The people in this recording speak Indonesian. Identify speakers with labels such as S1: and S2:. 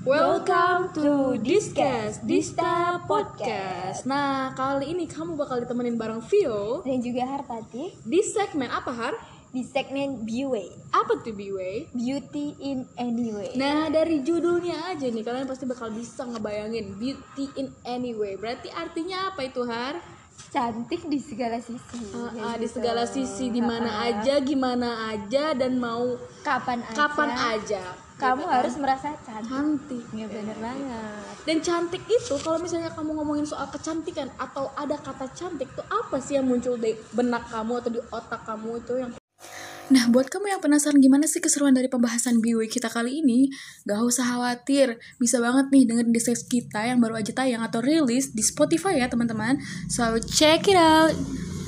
S1: Welcome to Discast, Dista Podcast. Nah, kali ini kamu bakal ditemenin bareng Vio
S2: dan juga Harpati
S1: di segmen apa, Har?
S2: di segmen Beauty,
S1: Apa tuh B-Way?
S2: Beauty in Any Way.
S1: Nah, dari judulnya aja nih, kalian pasti bakal bisa ngebayangin Beauty in Any Way. Berarti artinya apa itu, Har?
S2: Cantik di segala sisi.
S1: Eh, eh,
S2: kayak
S1: di
S2: gitu.
S1: segala sisi, di mana
S2: Ha-ha.
S1: aja, gimana aja, dan mau
S2: kapan aja.
S1: kapan aja. Gitu.
S2: Kamu harus merasa cantik.
S1: Cantik.
S2: Ya bener banget.
S1: Dan cantik itu kalau misalnya kamu ngomongin soal kecantikan atau ada kata cantik tuh apa sih yang muncul di benak kamu atau di otak kamu itu yang Nah, buat kamu yang penasaran gimana sih keseruan dari pembahasan BW kita kali ini, gak usah khawatir. Bisa banget nih dengerin diskus kita yang baru aja tayang atau rilis di Spotify ya, teman-teman. So, check it out.